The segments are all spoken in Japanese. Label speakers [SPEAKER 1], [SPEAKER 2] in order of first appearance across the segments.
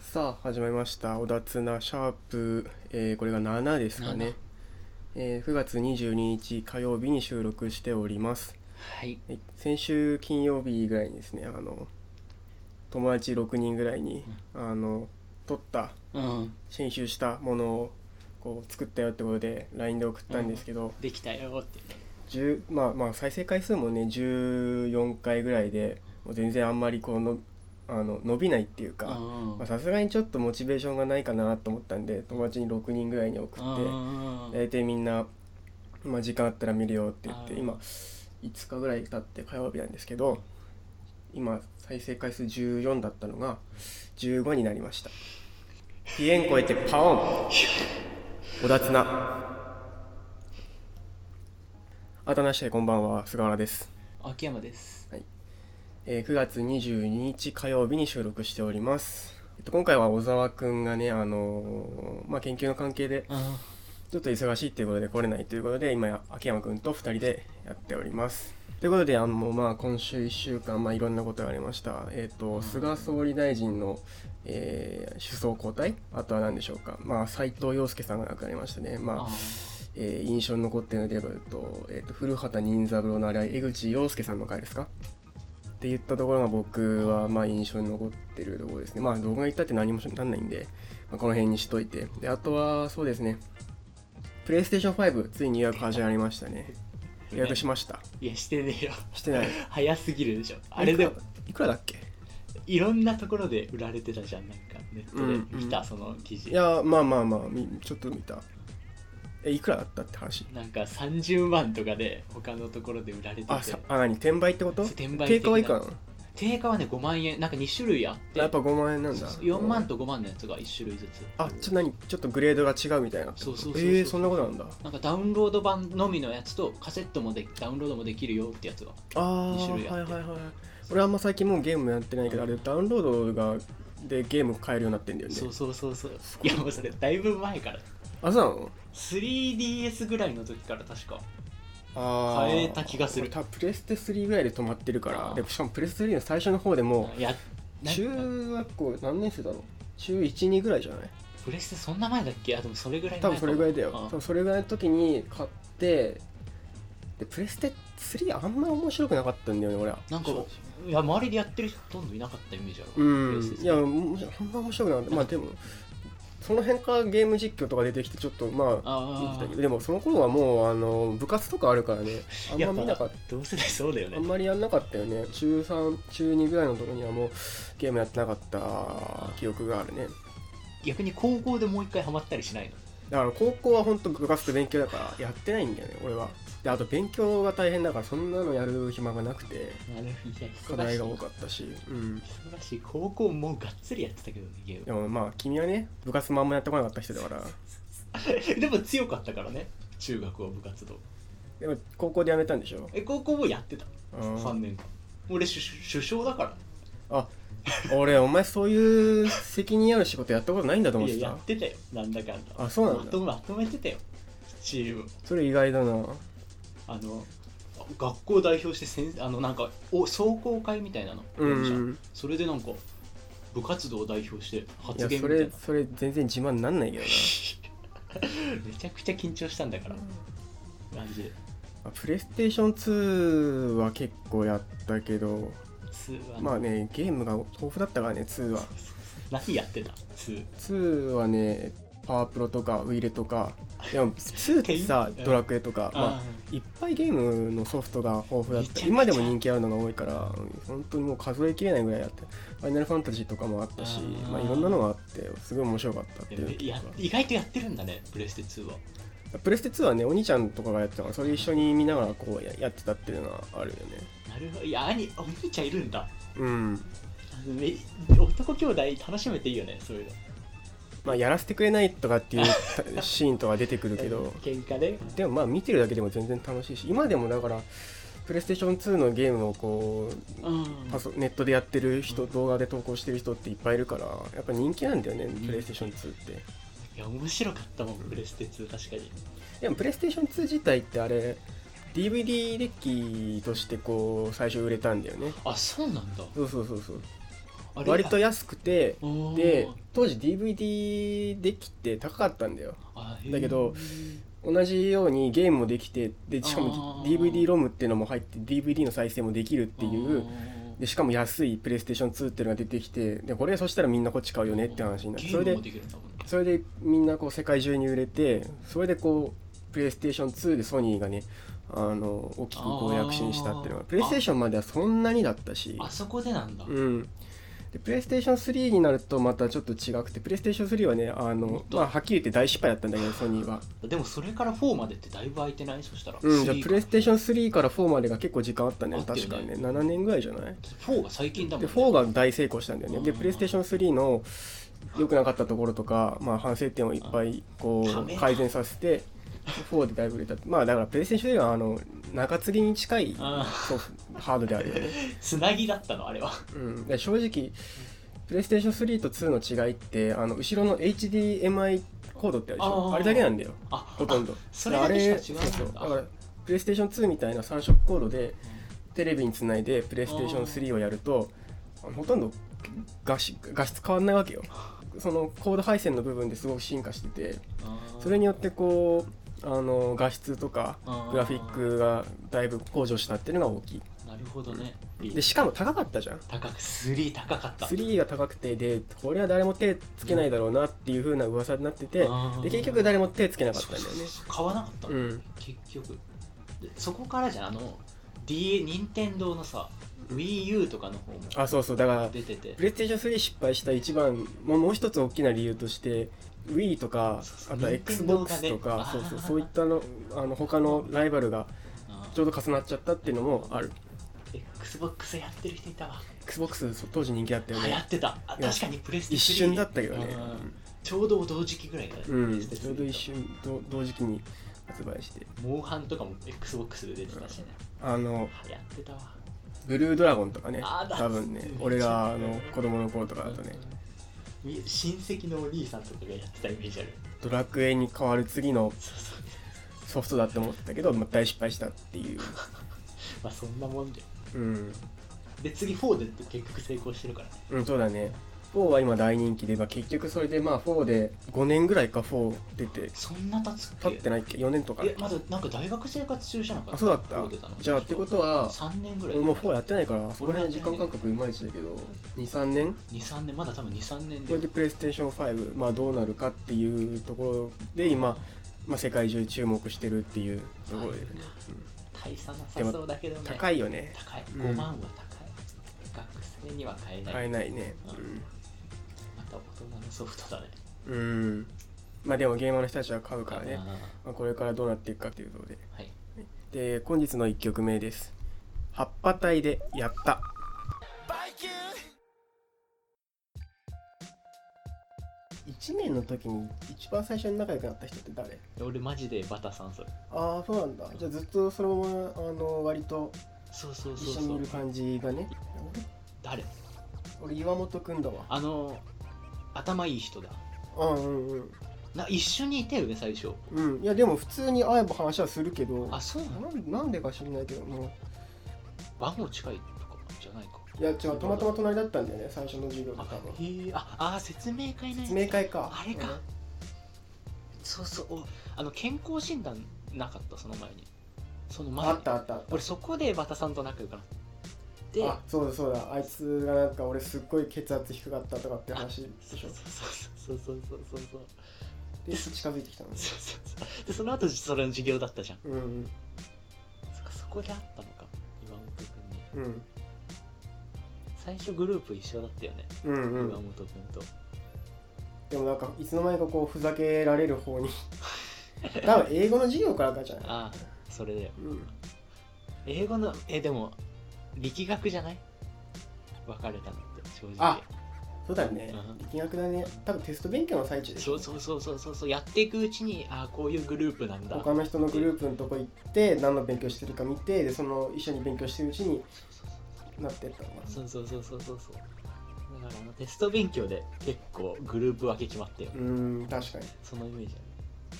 [SPEAKER 1] さあ始まりました「おだつなシャープ、えーこれが7ですかね、えー9月22日火曜日に収録しております
[SPEAKER 2] はい
[SPEAKER 1] え先週金曜日ぐらいにですねあの友達6人ぐらいに、あの撮った
[SPEAKER 2] うん
[SPEAKER 1] 編集したものをこう作ったよってことで LINE で送ったんですけど、
[SPEAKER 2] できたよって
[SPEAKER 1] 10まあまあ再生回数もね14回ぐらいでもう全然あんまりこうのあの伸びないっていうか、
[SPEAKER 2] うん
[SPEAKER 1] まあさすがにちょっとモチベーションがないかなと思ったんで友達に6人ぐらいに送
[SPEAKER 2] う
[SPEAKER 1] って
[SPEAKER 2] ん
[SPEAKER 1] 大体みんな、まあ、時間あったら見るよって言って
[SPEAKER 2] うん
[SPEAKER 1] 今5日ぐらい経って火曜日なんですけど今再生回数14だったのが15になりましたピエン超えてパオンおだつなあたなしてこんばんは菅原です
[SPEAKER 2] 秋山です
[SPEAKER 1] えー9月22日火曜日に収録しております。えっと、今回は小沢くんがね、あのーまあ、研究の関係で
[SPEAKER 2] うん
[SPEAKER 1] ちょっと忙しいっていうことで来れないということで、今や秋山くんと2人でやっております。ということで、あのまあ、今週1週間、まあ、いろんなことがありました。えっ、と、菅総理大臣の、えー首相交代、あとは何でしょうか、まあ、斉藤洋介さんが亡くなりましたね。まあ
[SPEAKER 2] あ
[SPEAKER 1] えー印象に残っているので言えばと、えーと古畑任三郎のあれは江口洋介さんの回ですかって言ったところが僕はまあ印象に残ってるところですね。まあ動画言ったって何もなんないんで、まあこの辺にしといて。で、あとはそうですね、プレイステーション5、ついに予約始まりましたね。予約しました。
[SPEAKER 2] いやしてねえよ
[SPEAKER 1] してない。
[SPEAKER 2] 早すぎるでしょあれで
[SPEAKER 1] い
[SPEAKER 2] も
[SPEAKER 1] くらいくらだっけ
[SPEAKER 2] いろんなところで売られてたじゃんなんかネットで見
[SPEAKER 1] うんう
[SPEAKER 2] た
[SPEAKER 1] ん
[SPEAKER 2] その記事
[SPEAKER 1] いや、まあまあまあ、みちょっと見た。え、いくらだったって話。
[SPEAKER 2] なんか30万とかで他のところで売られて
[SPEAKER 1] あ、
[SPEAKER 2] て
[SPEAKER 1] さあ何転売ってこと
[SPEAKER 2] そう転売的
[SPEAKER 1] 定
[SPEAKER 2] な
[SPEAKER 1] 価はいくらなの
[SPEAKER 2] 定価はね5万円なんか2種類あって
[SPEAKER 1] やっぱ5万円なんだ。
[SPEAKER 2] 4万と5万のやつが1種類ずつ
[SPEAKER 1] あちょ何ちょっとグレードが違うみたいな
[SPEAKER 2] そうそうそうそう
[SPEAKER 1] えー、そんなことなんだ
[SPEAKER 2] なんかダウンロード版のみのやつとカセットもでダウンロードもできるよってやつが
[SPEAKER 1] ああ
[SPEAKER 2] 二種類あっ
[SPEAKER 1] はい
[SPEAKER 2] て
[SPEAKER 1] はいはい俺あんま最近もうゲームやってないけどあれダウンロードがでゲーム買えるようになってんだよね
[SPEAKER 2] そうそうそうそういやもうそれだいぶ前から
[SPEAKER 1] あそうなの
[SPEAKER 2] 3DS ぐらいの時から確か
[SPEAKER 1] あー
[SPEAKER 2] 買えた気がする
[SPEAKER 1] 俺多分プレステ3ぐらいで止まってるか
[SPEAKER 2] あ
[SPEAKER 1] ら
[SPEAKER 2] ー
[SPEAKER 1] でしかもプレステ3の最初の方でも
[SPEAKER 2] や
[SPEAKER 1] う
[SPEAKER 2] な
[SPEAKER 1] 中学校何年生だろう中12ぐらいじゃない
[SPEAKER 2] プレステそんな前だっけあでもそれぐらい前
[SPEAKER 1] 多分それぐらいだよ
[SPEAKER 2] か
[SPEAKER 1] 多
[SPEAKER 2] もうん
[SPEAKER 1] 分それぐらいの時に買ってでプレステ3あんま面白くなかったんだよね俺は
[SPEAKER 2] なんかいや周りでやってる人ほとんどいなかったイメージある
[SPEAKER 1] うん
[SPEAKER 2] プレステ
[SPEAKER 1] いやもうあんま面白くなかったまあでもその辺からゲーム実況とか出てきてちょっとまあ
[SPEAKER 2] あ
[SPEAKER 1] できたけど
[SPEAKER 2] あ
[SPEAKER 1] でもその頃はもうあの部活とかあるからねあん
[SPEAKER 2] や
[SPEAKER 1] ま
[SPEAKER 2] っぱ
[SPEAKER 1] 見なかっ
[SPEAKER 2] 同世代そうだよ
[SPEAKER 1] たあん
[SPEAKER 2] ね
[SPEAKER 1] まりやんなかったよね中3中2ぐらいのとこにはもうゲームやってなかった記憶があるね
[SPEAKER 2] 逆に高校でもう一回ハマったりしないの
[SPEAKER 1] だから高校は本当部活と勉強だからやってないんだよね俺はであと勉強が大変だからそんなのやる暇がなくて
[SPEAKER 2] なる
[SPEAKER 1] 課
[SPEAKER 2] ほどいや忙
[SPEAKER 1] 題
[SPEAKER 2] しい
[SPEAKER 1] が多かったしうん
[SPEAKER 2] 忙しい高校もうがっつりやってたけどねゲー
[SPEAKER 1] でもまあ君はね部活もあんまやってこなかった人だから
[SPEAKER 2] ムでも強かったからね中学は部活動
[SPEAKER 1] でも高校でやめたんでしょ
[SPEAKER 2] え高校もやってた
[SPEAKER 1] うん
[SPEAKER 2] 3年間俺首首相だから
[SPEAKER 1] あ俺お前そういう責任ある仕事やったことないんだと思っ
[SPEAKER 2] いや
[SPEAKER 1] て
[SPEAKER 2] や
[SPEAKER 1] た
[SPEAKER 2] ってたよなんだかんだ
[SPEAKER 1] あそうなんだ
[SPEAKER 2] まとまとめてたよチーム
[SPEAKER 1] それ意外だな
[SPEAKER 2] あの学校代表してせんあのなんかお壮行会みたいなの、
[SPEAKER 1] うんうん
[SPEAKER 2] それでなんか部活動を代表して
[SPEAKER 1] い
[SPEAKER 2] 発
[SPEAKER 1] や
[SPEAKER 2] 言
[SPEAKER 1] そ
[SPEAKER 2] みたいな
[SPEAKER 1] れそれ全然自慢なんないけどな
[SPEAKER 2] めちゃくちゃ緊張したんだから感じで
[SPEAKER 1] あプレイステーション2は結構やったけど
[SPEAKER 2] ツーは、
[SPEAKER 1] まあねゲームが豊富だったからね2は
[SPEAKER 2] 何やってたツー
[SPEAKER 1] 2はねパワープロとかウイレと かでも2ってさ
[SPEAKER 2] うん
[SPEAKER 1] ドラクエとか、まあ
[SPEAKER 2] あ
[SPEAKER 1] いっぱいゲームのソフトが豊富だっ
[SPEAKER 2] めちゃく
[SPEAKER 1] た
[SPEAKER 2] ちゃ
[SPEAKER 1] 今でも人気あるのが多いから本当にもう数えきれないぐらいあってファイナルファンタジーとかもあったし
[SPEAKER 2] あー
[SPEAKER 1] まあ、いろんなのがあってすごい面白かったって
[SPEAKER 2] ー
[SPEAKER 1] いう
[SPEAKER 2] で
[SPEAKER 1] 記
[SPEAKER 2] や
[SPEAKER 1] 憶が
[SPEAKER 2] 意外とやってるんだねプレステ2は
[SPEAKER 1] プレステ2はねお兄ちゃんとかがやってたからそれ一緒に見ながらこうややってたっていうのはあるよね
[SPEAKER 2] なるほどいや兄お兄ちゃんいるんだ
[SPEAKER 1] うん
[SPEAKER 2] あのめ男兄弟楽しめていいよねそういうの
[SPEAKER 1] まあやらせてくれないとかっていう シーンとか出てくるけど
[SPEAKER 2] 喧嘩で
[SPEAKER 1] でもまあ見てるだけでも全然楽しいし今でもだからプレイステーション2のゲームをこう
[SPEAKER 2] うん
[SPEAKER 1] パソネットでやってる人、動画で投稿してる人っていっぱいいるからやっぱ人気なんだよね、プレイステーション2って
[SPEAKER 2] いや面白かったもんプレステ2確かに
[SPEAKER 1] でもプレイステーション2自体ってあれ DVD デッキとしてこう最初売れたんだよね
[SPEAKER 2] あそうなんだ
[SPEAKER 1] そうそうそうそう
[SPEAKER 2] ああれ
[SPEAKER 1] 割と安くて
[SPEAKER 2] おー
[SPEAKER 1] で当時 DVD デッキって高かったんだよ
[SPEAKER 2] あへー
[SPEAKER 1] だけど同じようにゲームもできてでしかも
[SPEAKER 2] あー
[SPEAKER 1] DVD ロムっていうのも入って DVD の再生もできるっていう
[SPEAKER 2] あー
[SPEAKER 1] でしかも安いプレイステーション2っていうのが出てきてでこれそしたらみんなこっち買うよねって話になって
[SPEAKER 2] ゲ
[SPEAKER 1] それ
[SPEAKER 2] ーム
[SPEAKER 1] で
[SPEAKER 2] もできるんだもんね
[SPEAKER 1] それでみんなこう世界中に売れてそれでこうプレイステーション2でソニーがねあの大きくこう躍進したっていうの
[SPEAKER 2] あ
[SPEAKER 1] が
[SPEAKER 2] ー
[SPEAKER 1] プレイステーションまではそんなにだったし
[SPEAKER 2] あそこでなんだ、
[SPEAKER 1] うんでプレイステーション3になるとまたちょっと違くてプレイステーション3はねあ
[SPEAKER 2] もっ
[SPEAKER 1] の、
[SPEAKER 2] と
[SPEAKER 1] まあ、はっきり言って大失敗だったんだけどソニーは、
[SPEAKER 2] でもそれから4までってだいぶ空いてないそしたら、
[SPEAKER 1] うん、じゃあ
[SPEAKER 2] 3
[SPEAKER 1] プレイステーション3から4までが結構時間あったね
[SPEAKER 2] あったよね
[SPEAKER 1] 確かね7年ぐらいじゃない
[SPEAKER 2] 4が最近だもん、
[SPEAKER 1] で
[SPEAKER 2] ね、
[SPEAKER 1] 4が大成功したんだよねで
[SPEAKER 2] うん
[SPEAKER 1] プレイステーション3の良くなかったところとか、まあ、反省点をいっぱいこ
[SPEAKER 2] ダ
[SPEAKER 1] う
[SPEAKER 2] メだ
[SPEAKER 1] 改善させて4でだいぶ売れたまあだからプレイステーション3はあの中継りに近い
[SPEAKER 2] あ
[SPEAKER 1] そうハードであるよね、
[SPEAKER 2] つなぎだったのあれは
[SPEAKER 1] うん、で正直プレイステーション3と2の違いってあの後ろの HDMI コードってあるでしょ
[SPEAKER 2] あー
[SPEAKER 1] あれだけなんだよ
[SPEAKER 2] あ
[SPEAKER 1] ほとんど
[SPEAKER 2] あそれだけしか違う
[SPEAKER 1] あれ
[SPEAKER 2] んだ
[SPEAKER 1] そうそうだからプレイステーション2みたいな3色コードでテレビにつないでプレイステーション3をやるとあのほとんど画質画質変わんないわけよそのコード配線の部分ですごく進化しててそれ
[SPEAKER 2] に
[SPEAKER 1] によってこうあの画質とかグラフィックがだいぶ向上したっていうのが大き
[SPEAKER 2] なるほどね
[SPEAKER 1] いでしかも高かったじゃん
[SPEAKER 2] 高く3高かった
[SPEAKER 1] 3が高くてでこれは誰も手つけないだろうなっていう風な噂になってて
[SPEAKER 2] あー
[SPEAKER 1] で結局誰も手つけなかったんだよね
[SPEAKER 2] そうそうそう買わなかったの、
[SPEAKER 1] うん
[SPEAKER 2] 結局でそこからじゃんあの DA 任天堂のさ WiiU とかの方も
[SPEAKER 1] あそうそうだから
[SPEAKER 2] 出てて
[SPEAKER 1] プレイステーション3失敗した一番もうもう一つ大きな理由として Wii とか
[SPEAKER 2] そうそう
[SPEAKER 1] あとは
[SPEAKER 2] Xbox
[SPEAKER 1] XBOX とか、
[SPEAKER 2] ね
[SPEAKER 1] そうそう
[SPEAKER 2] あー
[SPEAKER 1] そういったのあの他のライバルが
[SPEAKER 2] あ
[SPEAKER 1] ちょうど重なっちゃったっていうのもある
[SPEAKER 2] XBOX やってる人いたわ
[SPEAKER 1] XBOX そう当時人気あった
[SPEAKER 2] 流
[SPEAKER 1] よ
[SPEAKER 2] 行
[SPEAKER 1] ね
[SPEAKER 2] ってたあ
[SPEAKER 1] いや
[SPEAKER 2] 確かにプレステ3
[SPEAKER 1] 一瞬だったけどね
[SPEAKER 2] うんちょうど同時期ぐらいだね
[SPEAKER 1] うん、
[SPEAKER 2] プレステ3
[SPEAKER 1] ちょうど一瞬と同時期に発売して
[SPEAKER 2] モンハンとかも XBOX で出てたしね
[SPEAKER 1] あの
[SPEAKER 2] 流行ってたわ
[SPEAKER 1] ブルードラゴンとかね
[SPEAKER 2] あー
[SPEAKER 1] 多分ね
[SPEAKER 2] 懐かしい
[SPEAKER 1] 俺があの子供の頃とかだとね
[SPEAKER 2] うんみ親戚のお兄さんとかがやってたイメージある
[SPEAKER 1] ドラクエに変わる次の
[SPEAKER 2] そうそう
[SPEAKER 1] ソフトだって思ってたけど、まあ、大失敗したっていう、
[SPEAKER 2] まあそんなもんで
[SPEAKER 1] うん、
[SPEAKER 2] で次4で結局成功してるからね
[SPEAKER 1] うん、そうだね4は今大人気で、まあ、結局それでまあ4で5年ぐらいか4出て
[SPEAKER 2] そんな経つっけ
[SPEAKER 1] 経ってないっけ4年とか
[SPEAKER 2] えまだなんか大学生活中じゃなかった
[SPEAKER 1] あそうだった
[SPEAKER 2] 4出の
[SPEAKER 1] じゃあってことは
[SPEAKER 2] 3年ぐらい
[SPEAKER 1] 俺もう4やってないからそこら辺時
[SPEAKER 2] 俺も
[SPEAKER 1] 間
[SPEAKER 2] や
[SPEAKER 1] 感
[SPEAKER 2] って
[SPEAKER 1] 覚いまいちだけど23年
[SPEAKER 2] 23年まだ多分23年
[SPEAKER 1] これ
[SPEAKER 2] で
[SPEAKER 1] でプレイステーション5、まあ、どうなるかっていうところで今、まあ、世界中注目してるっていうところで、ね
[SPEAKER 2] 大差なさそうだけど
[SPEAKER 1] うん、
[SPEAKER 2] ね
[SPEAKER 1] 高いよね
[SPEAKER 2] 高い
[SPEAKER 1] うん
[SPEAKER 2] 5万は高い、学生には買えない、
[SPEAKER 1] 買えないね
[SPEAKER 2] また大人のソフトだね
[SPEAKER 1] うん、うん、まあでもゲーマーの人たちは買うからね
[SPEAKER 2] あー
[SPEAKER 1] まあ、これからどうなっていくかということで
[SPEAKER 2] はい
[SPEAKER 1] で本日の1曲目です「葉っぱ隊でやった」1年の時に一番最初に仲良くなった人って誰
[SPEAKER 2] で俺マジでバタさんそれ
[SPEAKER 1] ああそうなんだじゃあずっとそのままあの割と
[SPEAKER 2] そうそうそう
[SPEAKER 1] 一緒
[SPEAKER 2] そ
[SPEAKER 1] にいうる感じがね
[SPEAKER 2] 誰
[SPEAKER 1] 俺俺岩本くんだわ
[SPEAKER 2] あの頭いい人だ
[SPEAKER 1] うんうんうん
[SPEAKER 2] な一緒にいたよね最初
[SPEAKER 1] うんいやでも普通に会えば話はするけど
[SPEAKER 2] あそうなの
[SPEAKER 1] なんなんでか知らないけどもう
[SPEAKER 2] 番号近いとかじゃないか
[SPEAKER 1] いや違うたまたま隣だったんだよね最初の授業と
[SPEAKER 2] あ
[SPEAKER 1] かの
[SPEAKER 2] へーああー説明会ね
[SPEAKER 1] 説明会か
[SPEAKER 2] あれか、そうそうおあの健康診断なかったその前にその
[SPEAKER 1] うん
[SPEAKER 2] 前に
[SPEAKER 1] あったあったあった
[SPEAKER 2] 俺そこでバタさんと仲良くなって
[SPEAKER 1] あそうだそうだあいつがなんか俺すっごい血圧低かったとかって話で
[SPEAKER 2] そう
[SPEAKER 1] し
[SPEAKER 2] そ
[SPEAKER 1] ょ
[SPEAKER 2] うそうそうそうそうそう
[SPEAKER 1] で近づいてきたのね
[SPEAKER 2] そうそうそうでその後それの授業だったじゃん
[SPEAKER 1] うん
[SPEAKER 2] そっかそこであったのか岩本君に
[SPEAKER 1] うん
[SPEAKER 2] 最初グループ一緒だったよね、
[SPEAKER 1] うんう
[SPEAKER 2] 岩
[SPEAKER 1] ん
[SPEAKER 2] 本君と
[SPEAKER 1] でもなんかいつの間にかこうふざけられる方に 多分英語の授業からかじゃない
[SPEAKER 2] ああそれで
[SPEAKER 1] うん
[SPEAKER 2] 英語のえでも力学じゃない別れたのって正直
[SPEAKER 1] あそうだね
[SPEAKER 2] うん
[SPEAKER 1] 力学だね多分テスト勉強の最中でし
[SPEAKER 2] そ
[SPEAKER 1] ょ
[SPEAKER 2] うそうそうそうそうそうやっていくうちにああこういうグループなんだ
[SPEAKER 1] 他の人のグループのとこ行って何の勉強してるか見てでその一緒に勉強してるうちになってったのかな
[SPEAKER 2] そうそうそうそうそうそうだからあのテスト勉強で結構グループ分け決まったよ
[SPEAKER 1] うん確かに
[SPEAKER 2] そのイメージある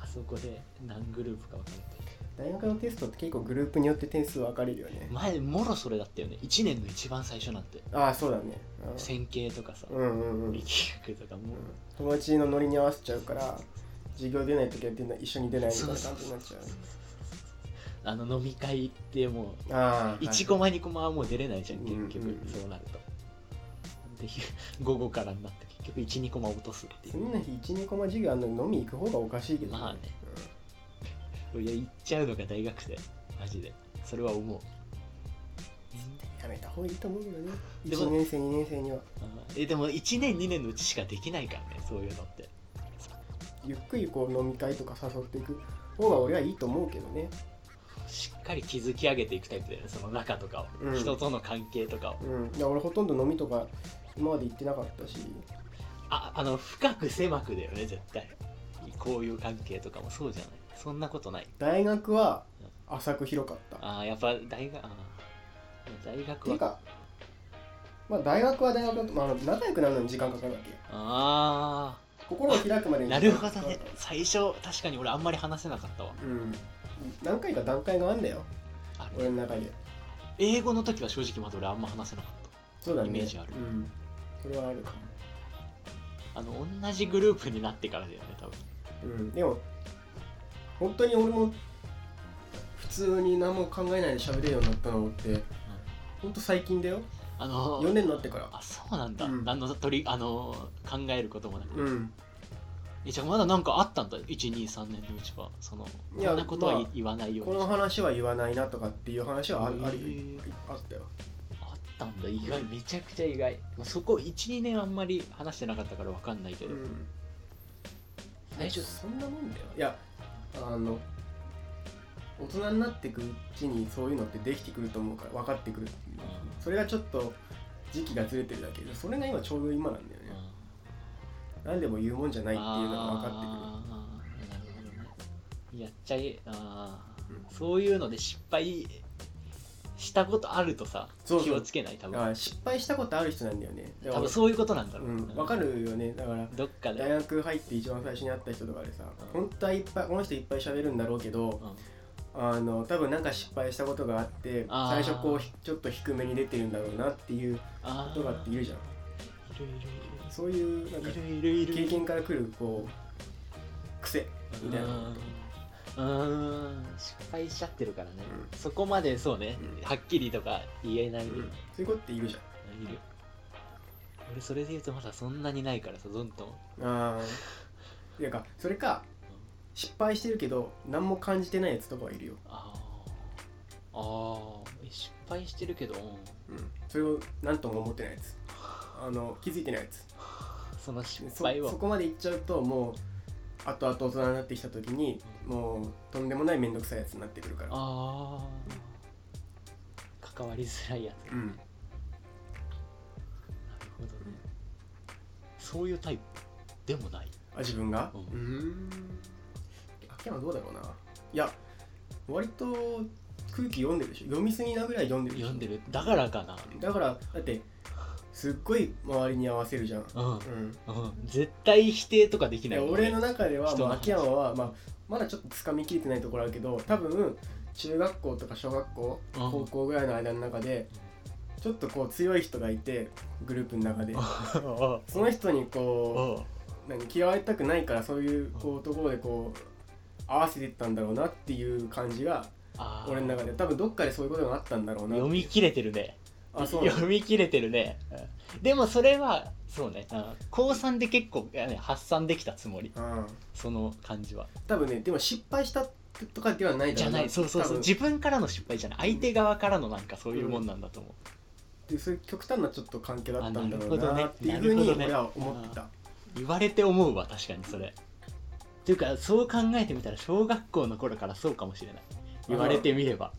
[SPEAKER 2] あそこで何グループか分かれて
[SPEAKER 1] 大学のテストって結構グループによって点数分かれるよね
[SPEAKER 2] 前もろそれだったよね1年の一番最初なんて
[SPEAKER 1] ああそうだねうん
[SPEAKER 2] 線形とかさ
[SPEAKER 1] うんうんうん
[SPEAKER 2] 力学とかも
[SPEAKER 1] 友達のノリに合わせちゃうから授業出ない時は出ない一緒に出ないみたいな感じになっちゃう
[SPEAKER 2] あの飲み会っても
[SPEAKER 1] あ
[SPEAKER 2] う1
[SPEAKER 1] 個
[SPEAKER 2] コマ2コマはもう出れないじゃん結
[SPEAKER 1] うんう
[SPEAKER 2] 局
[SPEAKER 1] んうん
[SPEAKER 2] そうなるとで 午後からになって結局12コマ落とすっていう
[SPEAKER 1] 次の日12コマ授業あんのに飲み行く方がおかしいけど、
[SPEAKER 2] まあねいや行っちゃうのが大学生マジでそれは思
[SPEAKER 1] う
[SPEAKER 2] う
[SPEAKER 1] んやめた方がいいと思うよね
[SPEAKER 2] でも
[SPEAKER 1] 1年生2年生には
[SPEAKER 2] えでも1年2年のうちしかできないからねそういうのって
[SPEAKER 1] ゆっくりこう飲み会とか誘っていく方が俺はいいと思うけどね
[SPEAKER 2] しっかり築き上げていくタイプだよねその中とかを、
[SPEAKER 1] うん
[SPEAKER 2] 人との関係とかを
[SPEAKER 1] うんいや俺ほとんど飲みとか今まで行ってなかったし
[SPEAKER 2] ああの深く狭くだよね絶対こういう関係とかもそうじゃないそんなことない
[SPEAKER 1] 大学は浅く広かった
[SPEAKER 2] あーやっぱ大学あー大
[SPEAKER 1] て
[SPEAKER 2] 学
[SPEAKER 1] いう
[SPEAKER 2] は
[SPEAKER 1] かまあ大学は大学だと、まあ、仲良くなるのに時間かかるわけ
[SPEAKER 2] あ
[SPEAKER 1] 心を開くまで
[SPEAKER 2] あ
[SPEAKER 1] に
[SPEAKER 2] な
[SPEAKER 1] 時
[SPEAKER 2] る
[SPEAKER 1] 間
[SPEAKER 2] ほ
[SPEAKER 1] か
[SPEAKER 2] ど
[SPEAKER 1] か
[SPEAKER 2] ね
[SPEAKER 1] か
[SPEAKER 2] 最初確かに俺あんまり話せなかったわ
[SPEAKER 1] らうん何回か段階があんだよ
[SPEAKER 2] あ
[SPEAKER 1] 俺
[SPEAKER 2] れ
[SPEAKER 1] の中で
[SPEAKER 2] 英語の時は正直まだ俺あんま話せなかった
[SPEAKER 1] そうだね
[SPEAKER 2] イメージある
[SPEAKER 1] うん、それはある
[SPEAKER 2] あの同じグループになってからだよね多分
[SPEAKER 1] うんでも本当に俺も普通に何も考えないで喋れるようになったのって本当最近だよ
[SPEAKER 2] あの
[SPEAKER 1] 4年になってから
[SPEAKER 2] あそうなんだ、
[SPEAKER 1] うん
[SPEAKER 2] 何の取りあの考えることもなく、
[SPEAKER 1] うん
[SPEAKER 2] えじゃあまだなんかあったんだ123年のうちはその
[SPEAKER 1] いや
[SPEAKER 2] こんなことは言,、
[SPEAKER 1] まあ
[SPEAKER 2] わないよう
[SPEAKER 1] こ
[SPEAKER 2] に
[SPEAKER 1] の
[SPEAKER 2] あ
[SPEAKER 1] 話は言わないなとかっていう話はある,、ある
[SPEAKER 2] へー
[SPEAKER 1] あったよ
[SPEAKER 2] ったんだ意外めちゃくちゃ意外まあそこ12年あんまり話してなかったから分かんないけ
[SPEAKER 1] う
[SPEAKER 2] ど、
[SPEAKER 1] ん
[SPEAKER 2] 大丈夫
[SPEAKER 1] そんなもんだよいやあの大人になってくうちにそういうのってできてくると思うから分かってくる
[SPEAKER 2] う
[SPEAKER 1] それがちょっと時期がずれてるだけでそれが今ちょうど今なんだよ
[SPEAKER 2] ん
[SPEAKER 1] ね何でも言うもんじゃないっていうのが分かってくる
[SPEAKER 2] あーなるほどねやっちゃいあ
[SPEAKER 1] う
[SPEAKER 2] ー、
[SPEAKER 1] ん
[SPEAKER 2] そういうので失敗したことあるとさ
[SPEAKER 1] そうそう
[SPEAKER 2] 気をつけない多
[SPEAKER 1] だから
[SPEAKER 2] 分
[SPEAKER 1] 失敗したことある人なんだよねだか
[SPEAKER 2] 多
[SPEAKER 1] ら
[SPEAKER 2] 分そういうことなんだろう、
[SPEAKER 1] うん、分かるよねだから
[SPEAKER 2] どっかで、
[SPEAKER 1] 大学入って一番最初に会った人とかでさ
[SPEAKER 2] うん
[SPEAKER 1] 本当はいっぱいこの人いっぱい喋るんだろうけど
[SPEAKER 2] うん
[SPEAKER 1] あの多分なんか失敗したことがあって
[SPEAKER 2] あ
[SPEAKER 1] 最
[SPEAKER 2] ー
[SPEAKER 1] 初こうひちょっと低めに出てるんだろうなっていう
[SPEAKER 2] あ
[SPEAKER 1] 人
[SPEAKER 2] ー
[SPEAKER 1] がっているじゃん
[SPEAKER 2] いるいるいる
[SPEAKER 1] そういうなんか
[SPEAKER 2] いるいるいる
[SPEAKER 1] 経験からくるこう癖みたいなのと
[SPEAKER 2] うーん失敗しちゃってるからね、
[SPEAKER 1] う
[SPEAKER 2] そこまでそうね、
[SPEAKER 1] うん
[SPEAKER 2] はっきりとか言えない、
[SPEAKER 1] うん
[SPEAKER 2] いる
[SPEAKER 1] そういう子っているじ
[SPEAKER 2] 俺それで言うとまだそんなにないからさどんどん
[SPEAKER 1] ゃんああていうかそれか失敗してるけど何も感じてないやつとかはいるよ、
[SPEAKER 2] あーあーえ失敗してるけどうん
[SPEAKER 1] うん、それを何とも思ってないやつあの気づいてないやつ
[SPEAKER 2] その失
[SPEAKER 1] そ
[SPEAKER 2] 敗を
[SPEAKER 1] そこまでいっちゃうともうあとあと大人になってきた時にもうとんでもない面倒くさいやつになってくるから
[SPEAKER 2] ああ関わりづらいやつ
[SPEAKER 1] うん
[SPEAKER 2] なるほどねそういうタイプでもない
[SPEAKER 1] あ自分が
[SPEAKER 2] う
[SPEAKER 1] うんーん秋山どうだろうないや割と空気読んでるでしょ読みすぎなぐらい読んでるでしょ
[SPEAKER 2] 読んでるだからかな
[SPEAKER 1] だからだってすっごい周りに合わせるじゃん、
[SPEAKER 2] うん
[SPEAKER 1] うん、
[SPEAKER 2] うん絶対否定とかでき
[SPEAKER 1] い
[SPEAKER 2] ない
[SPEAKER 1] や
[SPEAKER 2] もんね
[SPEAKER 1] 俺の中では、
[SPEAKER 2] 人の
[SPEAKER 1] まあ、
[SPEAKER 2] 話
[SPEAKER 1] 秋山は、まあ、まだちょっとつかみきれてないところあるけど多分中学校とか小学校
[SPEAKER 2] うん
[SPEAKER 1] 高校ぐらいの間の中でちょっとこう強い人がいてグループの中で
[SPEAKER 2] あ
[SPEAKER 1] その人にこ
[SPEAKER 2] あ
[SPEAKER 1] う何嫌われたくないからそういうこうところでこう合わせていったんだろうなっていう感じが
[SPEAKER 2] あー
[SPEAKER 1] 俺の中で多分どっかでそういうことがあったんだろうな
[SPEAKER 2] 読み切れてるね
[SPEAKER 1] あそうなの
[SPEAKER 2] 読み切れてるねうんでもそれはそうねうん高3で結構いやね発散できたつもり
[SPEAKER 1] うん
[SPEAKER 2] その感じは
[SPEAKER 1] 多分ねでも失敗したとかではないだ
[SPEAKER 2] じ
[SPEAKER 1] ろ
[SPEAKER 2] ゃ
[SPEAKER 1] うな
[SPEAKER 2] ないそうそう
[SPEAKER 1] 多
[SPEAKER 2] そう
[SPEAKER 1] 分
[SPEAKER 2] 自分からの失敗じゃない相手側からのなんかそういうもんなんだと思う
[SPEAKER 1] でそういう極端なちょっと関係だったんだろう
[SPEAKER 2] あなるほどね
[SPEAKER 1] なっていうふうに
[SPEAKER 2] なるほどね
[SPEAKER 1] 俺は思ってた、
[SPEAKER 2] 言われて思うわ確かにそれっていうかそう考えてみたら小学校の頃からそうかもしれない言われてみれば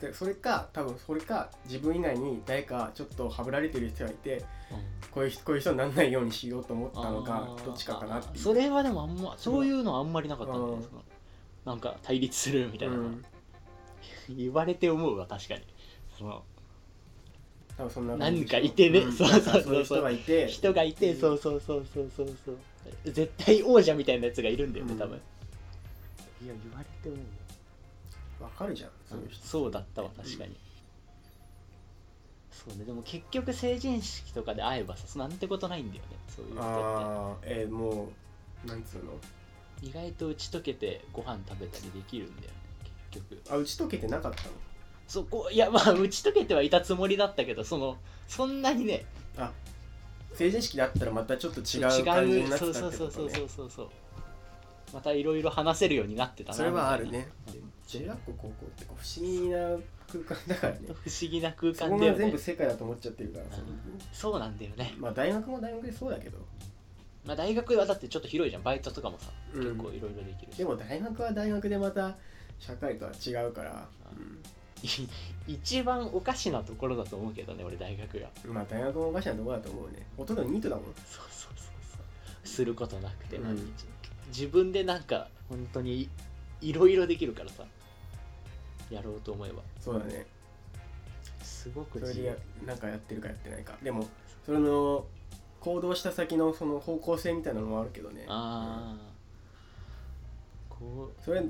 [SPEAKER 1] でそれか多分それか自分以外に誰かちょっとはぶられてる人がいてこういう人こういう人にならないようにしようと思ったのか
[SPEAKER 2] あー
[SPEAKER 1] どっちかかなっていう
[SPEAKER 2] それはでもあんまそういうのはあんまりなかったんだよ
[SPEAKER 1] うん
[SPEAKER 2] そのなんか対立するみたいうなのは、
[SPEAKER 1] ん、
[SPEAKER 2] 言われて思うわ確かにその
[SPEAKER 1] 多分そんな
[SPEAKER 2] なんかいてね
[SPEAKER 1] うん
[SPEAKER 2] そうそうそうそう
[SPEAKER 1] なんかいう人がいて
[SPEAKER 2] 人がいて、
[SPEAKER 1] うん
[SPEAKER 2] そうそうそうそうそうそう絶対王者みたいなやつがいるんだよね
[SPEAKER 1] うん
[SPEAKER 2] 多分、いや言われてもね
[SPEAKER 1] わかるじゃんそういう人
[SPEAKER 2] そうだったわ確かに、そうねでも結局成人式とかで会えばさなんてことないんだよねそういうこと
[SPEAKER 1] ああえーもうなんつうの
[SPEAKER 2] って意外と打ち解けてご飯食べたりできるんだよね結局
[SPEAKER 1] あ打ち解けてなかったの
[SPEAKER 2] そこいやまあ打ち解けてはいたつもりだったけどそのそんなにね
[SPEAKER 1] あ成人式だったらまたちょっと違う感じになってた
[SPEAKER 2] そ
[SPEAKER 1] っ
[SPEAKER 2] う
[SPEAKER 1] て
[SPEAKER 2] そうそ
[SPEAKER 1] こ
[SPEAKER 2] うそ
[SPEAKER 1] とね
[SPEAKER 2] うそうそうそうまたいろいろ話せるようになってたな
[SPEAKER 1] それはある
[SPEAKER 2] みたい
[SPEAKER 1] ね
[SPEAKER 2] みたいな
[SPEAKER 1] 中学校高校ってこう不思議な空間だからね
[SPEAKER 2] な不思議な空
[SPEAKER 1] そ
[SPEAKER 2] 間
[SPEAKER 1] こ
[SPEAKER 2] だ
[SPEAKER 1] が
[SPEAKER 2] よ
[SPEAKER 1] 全
[SPEAKER 2] ね
[SPEAKER 1] 部世界だと思っちゃってるからさ
[SPEAKER 2] そうなんだよね、
[SPEAKER 1] まあ大学も大学でそうだけど
[SPEAKER 2] まあ、大学はだってちょっと広いじゃんバイトとかもさ
[SPEAKER 1] うん
[SPEAKER 2] 結構いろいろできるし、
[SPEAKER 1] で も大学は大学でまた社会とは違うから、
[SPEAKER 2] 一番おかしなところだと思うけどね俺大学が
[SPEAKER 1] うんまあ大学もおかしなとこだと思うねほとんどニートだもん
[SPEAKER 2] そうそうそうそうすることなくて
[SPEAKER 1] うん
[SPEAKER 2] 毎日、自分でなんか本当にいろいろできるからさやろうと思えば
[SPEAKER 1] そうだね
[SPEAKER 2] すごく
[SPEAKER 1] それ
[SPEAKER 2] 自
[SPEAKER 1] で
[SPEAKER 2] 由
[SPEAKER 1] やなんかやってるかやってないかでもそれの行動した先のその方向性みたいなのもあるけどね
[SPEAKER 2] ああこう
[SPEAKER 1] それ
[SPEAKER 2] あ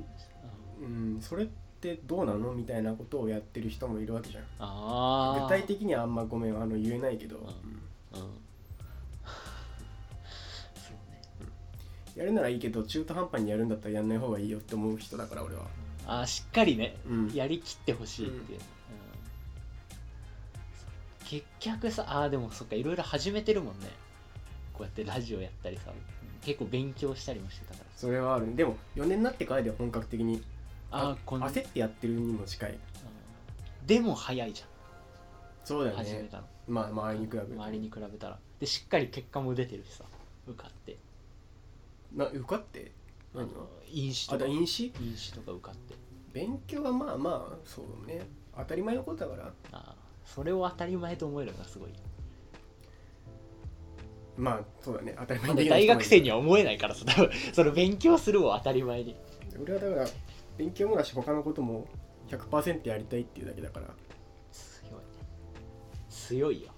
[SPEAKER 1] うんそれってどうなのみたいなことをやってる人もいるわけじゃん
[SPEAKER 2] あー
[SPEAKER 1] 具体的にはあんまごめんあの言えないけど、
[SPEAKER 2] ん
[SPEAKER 1] うん
[SPEAKER 2] うん そうね
[SPEAKER 1] やるならいいけど中途半端にやるんだったらやんない方がいいよって思う人だから俺は
[SPEAKER 2] あーしっかりね
[SPEAKER 1] うん
[SPEAKER 2] やりきってほしいっていう、うん結局さあーでもそっかいろいろ始めてるもんねこうやってラジオやったりさ結構勉強したりもしてたから
[SPEAKER 1] それはあるでも4年になってからで本格的に
[SPEAKER 2] あ
[SPEAKER 1] あ
[SPEAKER 2] ーこん
[SPEAKER 1] 焦ってやってるにも近い
[SPEAKER 2] うんでも早いじ
[SPEAKER 1] そう
[SPEAKER 2] ゃ
[SPEAKER 1] だ
[SPEAKER 2] ん、
[SPEAKER 1] よ
[SPEAKER 2] 始め
[SPEAKER 1] ね
[SPEAKER 2] たの
[SPEAKER 1] まあ周りに比べる
[SPEAKER 2] 周りに比べたらでしっかり結果も出てるしさ受かって
[SPEAKER 1] な受かって
[SPEAKER 2] あ
[SPEAKER 1] 何
[SPEAKER 2] の
[SPEAKER 1] が
[SPEAKER 2] 飲酒
[SPEAKER 1] あ
[SPEAKER 2] とか
[SPEAKER 1] だ
[SPEAKER 2] 飲
[SPEAKER 1] 飲酒
[SPEAKER 2] 酒とか受かって
[SPEAKER 1] 勉強はまあまあそうね当たり前のことだから
[SPEAKER 2] あーそれを当たり前と思えるのがすごい
[SPEAKER 1] まあそうだね当たり前
[SPEAKER 2] まだ
[SPEAKER 1] に
[SPEAKER 2] 大学生
[SPEAKER 1] に
[SPEAKER 2] には思えないからさ多分その 勉強するを当たり前に
[SPEAKER 1] 俺はだから勉強もだし他のことも100%やりたいっていうだけだから
[SPEAKER 2] 強い強いよ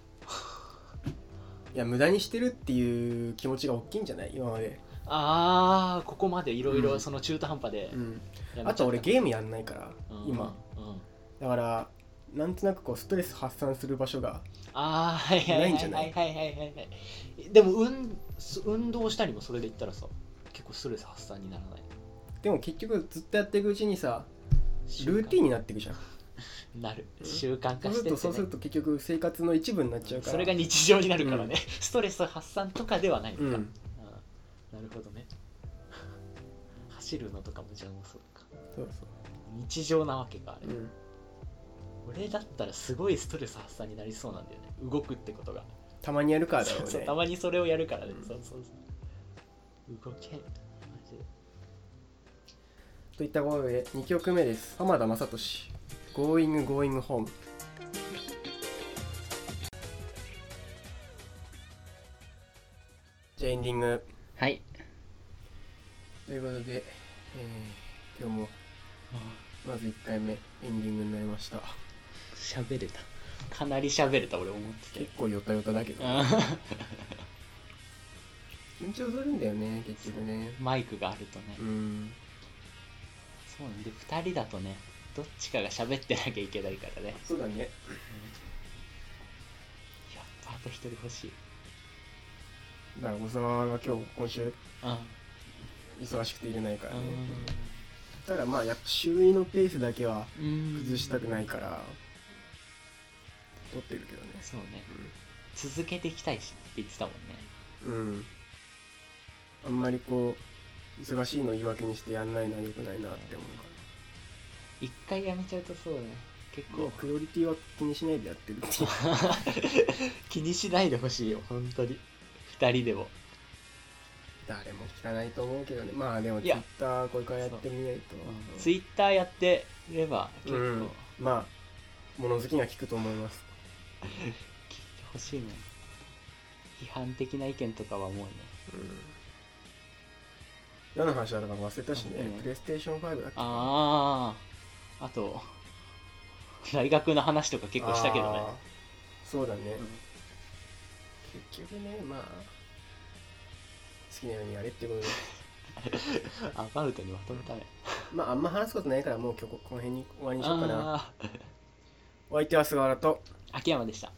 [SPEAKER 1] いや無駄にしてるっていう気持ちが大きいんじゃない今まで、
[SPEAKER 2] ああここまでいろいうろ
[SPEAKER 1] ん
[SPEAKER 2] その中途半端で
[SPEAKER 1] うん、
[SPEAKER 2] やめちゃった
[SPEAKER 1] あと俺ゲームやんないから、
[SPEAKER 2] うん
[SPEAKER 1] 今
[SPEAKER 2] うん
[SPEAKER 1] だからなんとなくこうストレス発散する場所が
[SPEAKER 2] ああはいはいは
[SPEAKER 1] ない
[SPEAKER 2] い
[SPEAKER 1] ん
[SPEAKER 2] は
[SPEAKER 1] じゃ
[SPEAKER 2] い
[SPEAKER 1] な
[SPEAKER 2] はいいはいはいでも運運動したりもそれで言ったらさ結構ストレス発散にならない
[SPEAKER 1] でも結局ずっとやっていくうちにさルーティンになっていくじゃん
[SPEAKER 2] ンなる
[SPEAKER 1] うん
[SPEAKER 2] 習慣
[SPEAKER 1] そ
[SPEAKER 2] 化
[SPEAKER 1] うする
[SPEAKER 2] してっ
[SPEAKER 1] と
[SPEAKER 2] て
[SPEAKER 1] そうする
[SPEAKER 2] ね
[SPEAKER 1] と結局生活の一部になっちゃうから
[SPEAKER 2] それが日常になるからねストレス発散とかではないの
[SPEAKER 1] うん
[SPEAKER 2] かうんなるほどね 走るのとかもじゃあもうそうか
[SPEAKER 1] そうそ
[SPEAKER 2] 日常なわけかあれ
[SPEAKER 1] う、うん、
[SPEAKER 2] 俺だったらすごいストレス発散になりそうなんだよね動くってことが
[SPEAKER 1] たまにやるからだろう
[SPEAKER 2] そう
[SPEAKER 1] ね
[SPEAKER 2] そうたまにそれをやるからね、
[SPEAKER 1] うん
[SPEAKER 2] そうそうそう動けんマジで
[SPEAKER 1] といったことで2曲目です浜田雅俊 Going Going Home じゃあエンディング
[SPEAKER 2] はい
[SPEAKER 1] ということで、えー今日もまず1回目エンディングになりました
[SPEAKER 2] 喋れたかなり喋れた俺思ってて
[SPEAKER 1] 結構ヨタヨタだけど
[SPEAKER 2] あー
[SPEAKER 1] 緊張するんだよね結局ね
[SPEAKER 2] マイクがあるとね、
[SPEAKER 1] うん
[SPEAKER 2] そうなんで2人だとねどっちかが喋ってなきゃいけないからね
[SPEAKER 1] そうだね
[SPEAKER 2] やっぱあと1人欲しい
[SPEAKER 1] だから小沢は今日今週
[SPEAKER 2] あ
[SPEAKER 1] 忙しくていれないからね
[SPEAKER 2] う
[SPEAKER 1] ただまあやっぱ周囲のペースだけは
[SPEAKER 2] ん
[SPEAKER 1] 崩したくないから撮ってるけどね
[SPEAKER 2] そうね続けていきたいしって言ってたもんね
[SPEAKER 1] うんあんまりこう忙しいのを言い訳にしてやんないのは良くないなって思うか
[SPEAKER 2] 一回やめちゃうとそうだね結
[SPEAKER 1] らもう
[SPEAKER 2] 構
[SPEAKER 1] クオリティは気にしないでやってるっていう
[SPEAKER 2] 気にしないでほしいよ本当に2人でも
[SPEAKER 1] 誰も聞かないと思うけどねまあでも
[SPEAKER 2] いや
[SPEAKER 1] Twitter これからやってみないと
[SPEAKER 2] ツイッターやってれば結構
[SPEAKER 1] う
[SPEAKER 2] 聞い
[SPEAKER 1] ん
[SPEAKER 2] て
[SPEAKER 1] まあ物好きが聞くと思います
[SPEAKER 2] ほしいね、批判的な意見とかはもうね
[SPEAKER 1] うん何の話だったか忘れたしね、
[SPEAKER 2] うん
[SPEAKER 1] プレイステーション5だっけ
[SPEAKER 2] あああと大学の話とか結構したけどね
[SPEAKER 1] あーそうだね、
[SPEAKER 2] うん
[SPEAKER 1] 結局ねまあ好きなようにやれってことで
[SPEAKER 2] アバウトにまとめたね
[SPEAKER 1] まああんま話すことないからもう今日ここの辺に終わりにしようかな
[SPEAKER 2] あー
[SPEAKER 1] お相手は菅原と
[SPEAKER 2] 秋山でした